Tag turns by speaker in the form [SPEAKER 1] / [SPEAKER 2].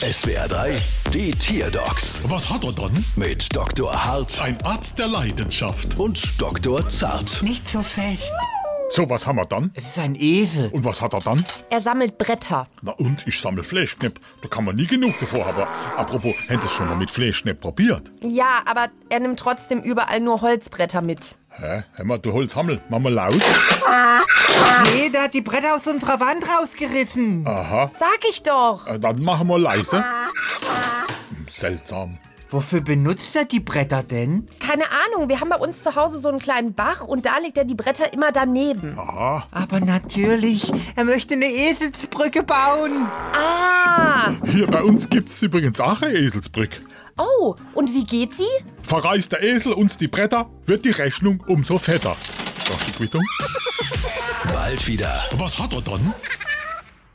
[SPEAKER 1] SWR 3, die Tierdocs
[SPEAKER 2] Was hat er dann?
[SPEAKER 1] mit Dr. Hart
[SPEAKER 2] Ein Arzt der Leidenschaft.
[SPEAKER 1] und Dr. Zart.
[SPEAKER 3] Nicht so fest.
[SPEAKER 2] So, was haben wir dann?
[SPEAKER 3] Es ist ein Esel.
[SPEAKER 2] Und was hat er dann?
[SPEAKER 4] Er sammelt Bretter.
[SPEAKER 2] Na und, ich sammle Fleischknepp. Da kann man nie genug davor haben. Apropos, hätt es schon mal mit Fleischknepp probiert?
[SPEAKER 4] Ja, aber er nimmt trotzdem überall nur Holzbretter mit.
[SPEAKER 2] Hä? Hör mal, du Holzhammel, mach mal laut.
[SPEAKER 3] Nee, der Ah. hat die Bretter aus unserer Wand rausgerissen.
[SPEAKER 4] Sag ich doch.
[SPEAKER 2] Äh, Dann machen wir leise. Hm, Seltsam.
[SPEAKER 3] Wofür benutzt er die Bretter denn?
[SPEAKER 4] Keine Ahnung, wir haben bei uns zu Hause so einen kleinen Bach und da legt er die Bretter immer daneben.
[SPEAKER 3] Aber natürlich, er möchte eine Eselsbrücke bauen.
[SPEAKER 4] Ah.
[SPEAKER 2] Hier bei uns gibt's übrigens auch eine Eselsbrück.
[SPEAKER 4] Oh, und wie geht die?
[SPEAKER 2] Verreißt der Esel uns die Bretter, wird die Rechnung umso fetter. Das ist die Quittung.
[SPEAKER 1] Bald wieder.
[SPEAKER 2] Was hat er dann?